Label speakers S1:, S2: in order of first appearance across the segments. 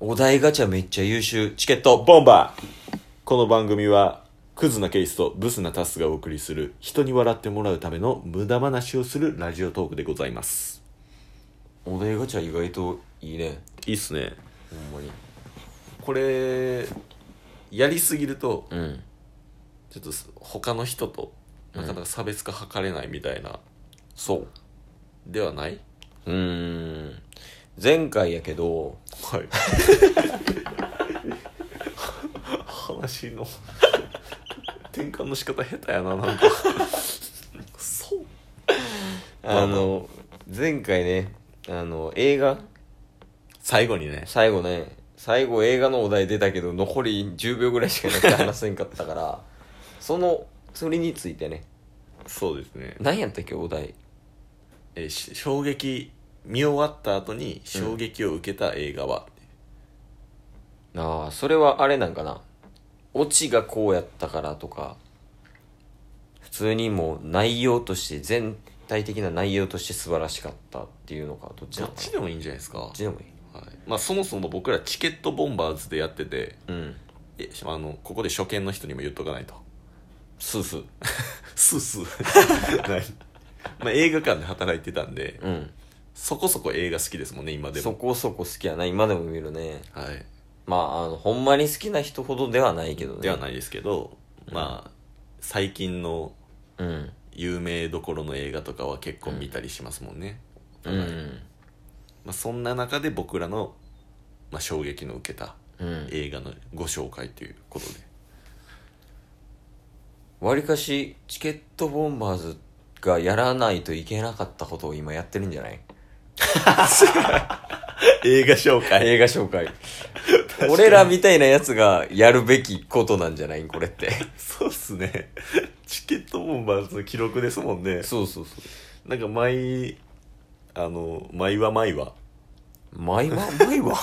S1: お題ガチャめっちゃ優秀。チケット。
S2: ボンバーこの番組は、クズなケイスとブスなタスがお送りする、人に笑ってもらうための無駄話をするラジオトークでございます。
S1: お題ガチャ意外といいね。
S2: いいっすね。
S1: ほんまに。
S2: これ、やりすぎると、
S1: うん。
S2: ちょっとす他の人と、なかなか差別化図れないみたいな、
S1: そう。
S2: ではないう
S1: ーん。前回やけど、
S2: はい。話 の転換の仕方下手やな、なんか。そう。
S1: あの、前回ね、あの、映画、
S2: 最後にね。
S1: 最後ね、最後映画のお題出たけど、残り10秒ぐらいしかなくて話せんかった から、その、それについてね、
S2: そうですね。
S1: 何やったっけ、お題。
S2: えーし衝撃、見終わった後に衝撃を受けた映画は、
S1: ああ、それはあれなんかな。オチがこうやったからとか、普通にもう内容として、全体的な内容として素晴らしかったっていうのか、どっち
S2: ど
S1: な
S2: っ
S1: のかな
S2: ちでもいいんじゃないですか。は
S1: どっ
S2: い
S1: ちでもいい。
S2: まあ、そもそも僕らチケットボンバーズでやってて、
S1: うん。
S2: えあのここで初見の人にも言っとかないと。
S1: スースー。
S2: スースー。 ないまあ、映画館で働いてたんで、
S1: うん。
S2: そこそこ映画好きですもんね、今で
S1: そ
S2: も。
S1: こそこ好きやな。今でも見るね。
S2: はい。
S1: まあ、あの、ほんまに好きな人ほどではないけどね。。
S2: ではないいですけど、まあ、最近の
S1: うん。
S2: 有名どころの映画とかは結構見たりしますもんね。
S1: う
S2: はい
S1: ん。
S2: まあ、そんな中で僕らの、まあ、衝撃の受けた
S1: うん。
S2: 映画のご紹介ということで。
S1: わりかし、チケットボンバーズがやらないといけなかったことを今やってるんじゃない
S2: 映画紹介。
S1: 映画紹介。俺らみたいなやつがやるべきことなんじゃないこれって。
S2: そうっすね。チケットボンバーズの記録ですもんね。
S1: そうそうそう。
S2: なんか毎、あの、毎は毎は。
S1: 前は前は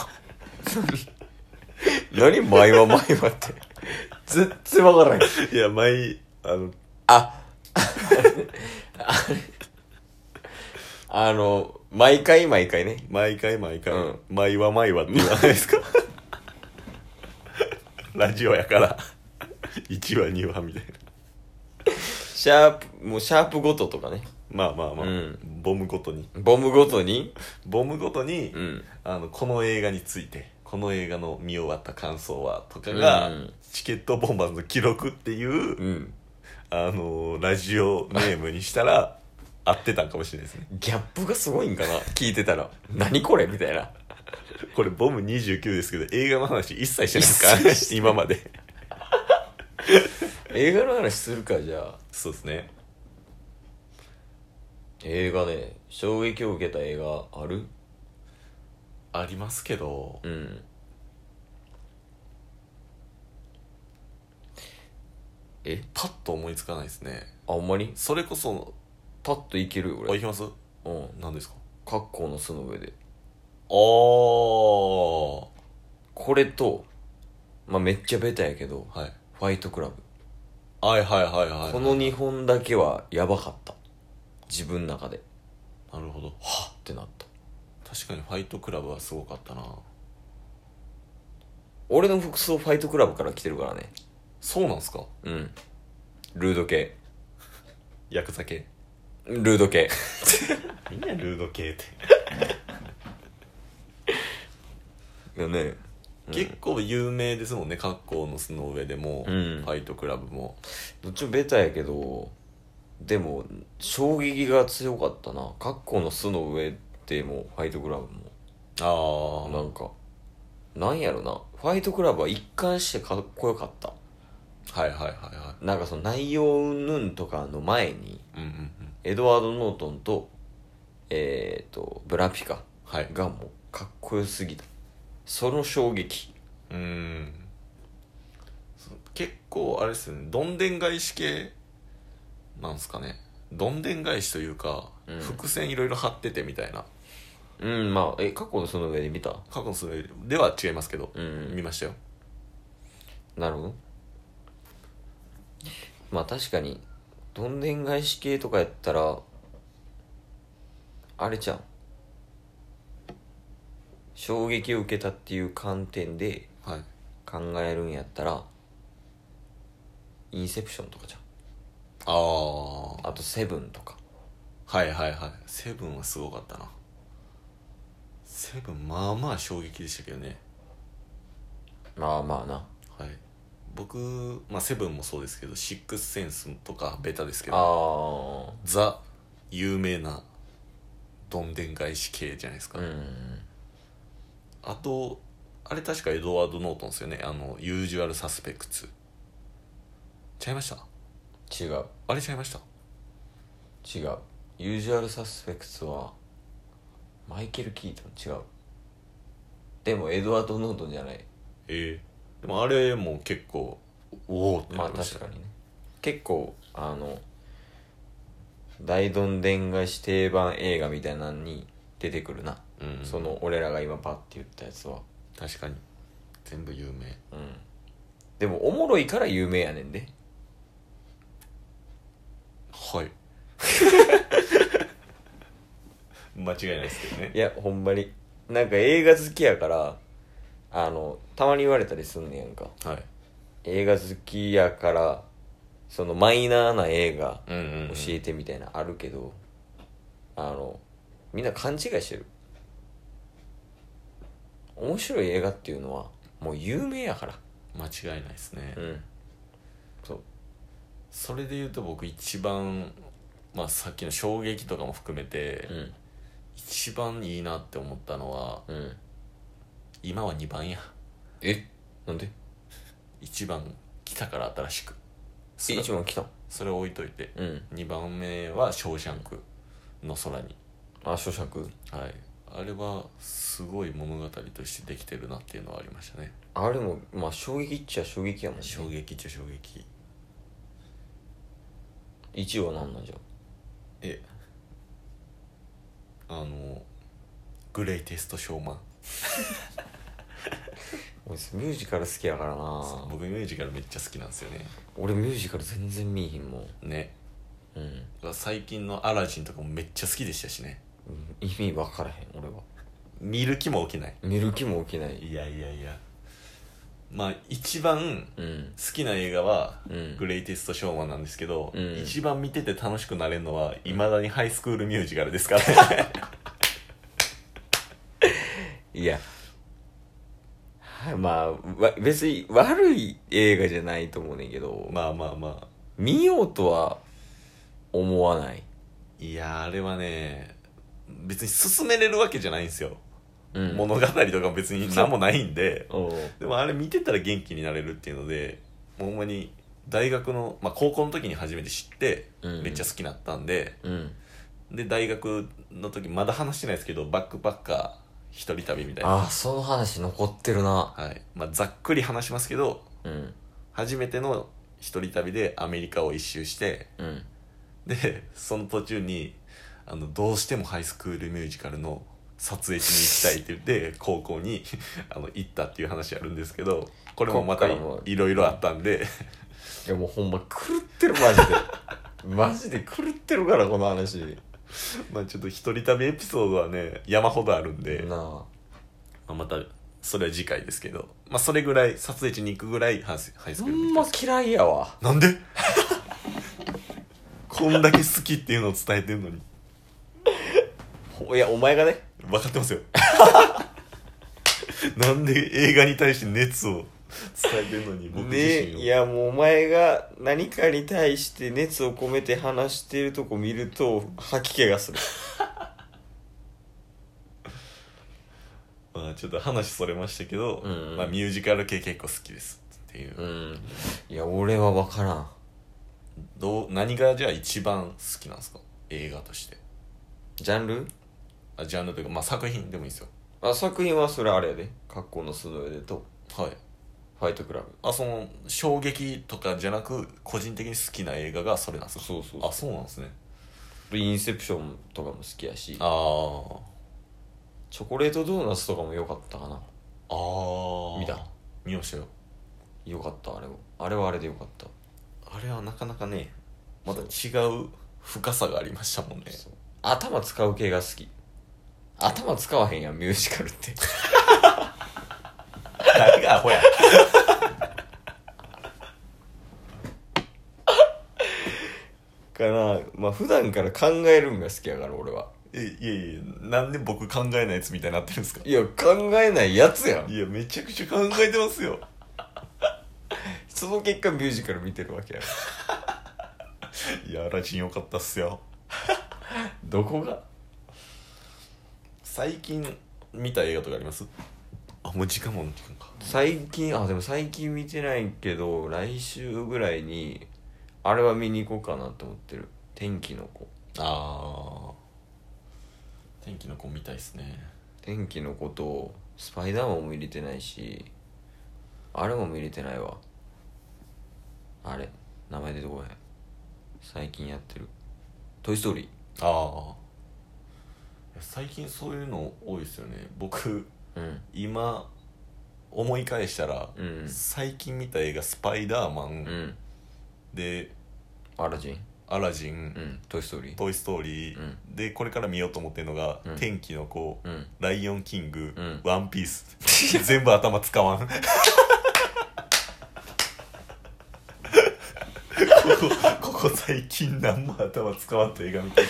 S1: 何何前は前はって。全然わからない。
S2: いや、毎、あの、
S1: あ、あれあの、毎回毎回ね。
S2: 毎回毎回、
S1: うん
S2: 毎は毎はって言わないですか ラジオやから1話2話みたいな
S1: シャープ、もうシャープごととかね。
S2: まあまあまあ、
S1: うん
S2: ボムごとに
S1: ボムごとに、
S2: ボムごとに、
S1: うん。
S2: あのこの映画についてこの映画の見終わった感想はとかが、
S1: うん
S2: チケットボンバーズの記録っていう、
S1: うん。
S2: あのーラジオネームにしたら 合ってたんかもしれないですね
S1: ギャップがすごいんかな聞いてたら。何これみたいな。
S2: これボム29ですけど映画の話一切してないで
S1: 一切
S2: すから今まで
S1: 映画の話するか、じゃあ。
S2: そうですね
S1: 映画ね、衝撃を受けた映画ある
S2: ありますけど
S1: うん。え
S2: パッと思いつかないですね
S1: あ、ほんまに
S2: それこそ
S1: パッといけるよ、
S2: あ行
S1: 俺。
S2: きます
S1: うん。
S2: 何ですか
S1: 格好の巣の上で。
S2: あー
S1: これと、まあ、めっちゃベタやけど、
S2: はい
S1: ファイトクラブ。
S2: はいはいはいはい
S1: この2本だけはやばかった。自分の中で。
S2: なるほど
S1: はっってなった。
S2: 確かにファイトクラブはすごかったな
S1: 俺の服装ファイトクラブから来てるからね。
S2: そうなんすか
S1: うん。ルード系。
S2: ヤクザ系
S1: ルード系。
S2: みんなルード系って、
S1: いやね。
S2: 結構有名ですもんね格好の巣の上でも、
S1: うん
S2: ファイトクラブも
S1: どっちもベタやけど、でも、衝撃が強かったな。格好の巣の上でも、ファイトクラブも。
S2: あ
S1: なんか、なんやろな。ファイトクラブは一貫してかっこよかった。
S2: あはいはいはいは
S1: なんかその内容云々とかの前に、
S2: いうんうんうん
S1: エドワード・ノートンと、えっ、と、ブラピカ
S2: はい
S1: がもうかっこよすぎた。その衝撃。
S2: うんそう結構あれですよねどんでん返し系なんすかねどんでん返しというか、
S1: うん
S2: 伏線いろいろ張っててみたいな
S1: うん、まあ、え、過去のその上で見た
S2: 過去のそれでは違いますけど、
S1: うん
S2: 見ましたよ
S1: なるほど。まあ確かに、どんでん返し系とかやったら、あれちゃん。衝撃を受けたっていう観点で
S2: はい
S1: 考えるんやったらインセプションとかじゃん
S2: ああ
S1: あとセブンとか
S2: はいはいはいセブンはすごかったなセブンまあまあ衝撃でしたけどね
S1: まあまあな
S2: はい僕まあセブンもそうですけどシックスセンスとかベタですけど
S1: あ
S2: ザ有名などんでん返し系じゃないです
S1: あ
S2: か、
S1: うん
S2: あとあれ確かエドワード・ノートンですよねあのユージュアル・サスペクツちゃいました
S1: 違う
S2: あれちゃいました
S1: 違うユージュアルサスペクツはマイケル・キートン違うでもエドワード・ノートンじゃない
S2: ええでもあれも結構おおって
S1: ま
S2: な
S1: あ
S2: りました
S1: 確
S2: よ
S1: かにね結構あの大どんでん返し定番映画みたいなのに出てくるな、
S2: うん
S1: その俺らが今パッて言ったやつは
S2: 確かに全部有
S1: う
S2: 名
S1: んでもおもろいから有名やねんで
S2: はい 間違いないですけどね
S1: いやほんまになんか映画好きやからあのたまに言われたりすんねやんか
S2: はい
S1: 映画好きやからそのマイナーな映画
S2: うんうん、
S1: 教えてみたいなあるけど、あのみんな勘違いしてる面白い映画っていうのはもう有名やから
S2: 間違いないですね、
S1: うんそう
S2: それで言うと僕一番まあさっきの衝撃とかも含めて、
S1: うん
S2: 一番いいなって思ったのは
S1: うん
S2: 今は2番や
S1: えなんで
S2: 1番来たから新しくそれ
S1: 一番来たん
S2: それ置いといて、
S1: うん
S2: 2番目は「ショーシャンクの空に
S1: あ書釈」
S2: はいあれはすごい物語としてできてるなっていうのはありましたね
S1: あれもまあ衝撃っちゃ衝撃やもんね
S2: 衝撃っちゃ衝撃
S1: 1は何なんじゃ
S2: えあのグレイテストショーマン
S1: 俺ミュージカル好きやからな
S2: 僕ミュージカルめっちゃ好きなんですよね
S1: 俺ミュージカル全然見えへんもん
S2: ね
S1: うん
S2: 最近の「アラジン」とかもめっちゃ好きでしたしね
S1: うん意味分からへん俺は
S2: 見る気も起きない
S1: 見る気も起きない
S2: いやいやいやまあ一番
S1: うん
S2: 好きな映画は
S1: う
S2: 「
S1: ん
S2: グレイテスト・ショーマン」なんですけど、
S1: うん
S2: 一番見てて楽しくなれるのはいまだにハイスクールミュージカルですからね
S1: いやはいまあわ別に悪い映画じゃないと思うねんけど
S2: まあまあまあ
S1: 見ようとは思わない
S2: いやあれはね別に進めれるわけじゃないんですよ
S1: うん
S2: 物語とかも別に何もないんで
S1: おう
S2: でもあれ見てたら元気になれるっていうのでもうほんまに大学の、まあ、高校の時に初めて知って
S1: うん
S2: めっちゃ好きになったんで、
S1: うん
S2: で大学の時まだ話してないですけどバックパッカー一人旅みたいな、
S1: ああその話残ってるな
S2: はいまあ、ざっくり話しますけど
S1: うん
S2: 初めての一人旅でアメリカを一周して
S1: うん
S2: でその途中にあのどうしてもハイスクールミュージカルの撮影しに行きたいって言って高校にあの行ったっていう話あるんですけどこれもまた
S1: こっからも
S2: いろいろあったんで
S1: いやもうほんま狂ってるマジで マジで狂ってるからこの話
S2: まあちょっと一人旅エピソードはね山ほどあるんで、ま
S1: な
S2: あ、またそれは次回ですけど、まあ、それぐらい撮影地に行くぐらいハイスハイ
S1: あ
S2: ス
S1: ほ
S2: クールミュ
S1: ん
S2: ージカ
S1: ま嫌いやわ
S2: ルなんで こんだけ好きっていうのを伝えてるのに
S1: ほいやお前がね
S2: 分かってますよ なんで映画に対して熱を伝えてるのに僕自
S1: ね
S2: 身を、
S1: いやもうお前が何かに対して熱を込めて話してるとこ見ると吐き気がする
S2: まあ、ちょっと話それましたけど、
S1: うんうん
S2: まあ、ミュージカル系結構好きですっていう、
S1: んいや俺は分からん
S2: どう何がじゃあ一番好きなんですか映画として
S1: ジャンル
S2: あジャンルというか、まあ、作品でもいいですよ
S1: あ作品はそれあれやで「格好の素の上で」と
S2: はい
S1: 「ファイトクラブ
S2: あその衝撃とかじゃなく個人的に好きな映画がそれなんですか
S1: そうそう
S2: あそうなんですね」
S1: インセプションとかも好きやし
S2: あー
S1: チョコレートドーナツとかも良かったかな
S2: あー
S1: 見た
S2: 見ましたよ
S1: 良かったあれもあれはあれで良かった
S2: あれはなかなかねまた違う深さがありましたもんね
S1: 頭使う系が好き頭使わへんやんミュージカルって
S2: 誰がア ホや
S1: かなまあ普段から考えるんが好きやから俺はい
S2: やいやいやなんで僕考えないやつみたいになってるんですか
S1: いや考えないやつやん
S2: いやめちゃくちゃ考えてますよ
S1: その結果ミュージカル見てるわけや
S2: いやアラジンよかったっすよ
S1: どこが
S2: 最近見た映画とかありますあもう時間も時間か
S1: 最近あでも最近見てないけど来週ぐらいにあれは見に行こうかなと思ってる天気の子
S2: あー天気の子みたいですね
S1: 天気の子とスパイダーマンも見れてないしあれも見れてないわあれ名前出てこへん最近やってる「トイ・ストーリー
S2: ああ最近そういうの多いですよね僕」
S1: うん
S2: 今思い返したら、
S1: うん
S2: 最近見た映画「スパイダーマン」
S1: うん
S2: で
S1: アラジン
S2: 「アラジン」
S1: うん「トイ・ストーリー」
S2: トイ・ストーリー」
S1: うん
S2: でこれから見ようと思ってるのが「
S1: うん
S2: 天気の子」
S1: うん
S2: ライオンキング」
S1: うん
S2: ワンピース」 全部頭使わん ここ ここ最近何も頭使わんと映画見たい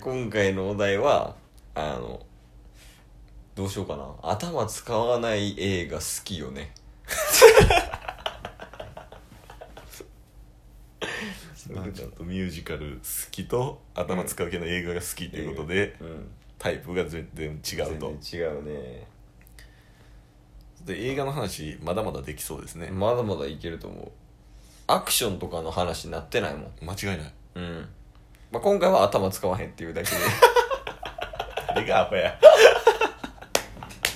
S1: 今回のお題はあのどうしようかな頭使わない映画好きよね
S2: まあちょっとミュージカル好きと頭使う系の映画が好きということで、
S1: うん、
S2: タイプが全然違うと
S1: 全然違うね
S2: で映画の話まだまだできそうですね、
S1: まだまだいけると思うアクションとかの話になってないもん
S2: 間違いない
S1: うん、まあ、今回は頭使わへんっていうだけで
S2: あれがアホや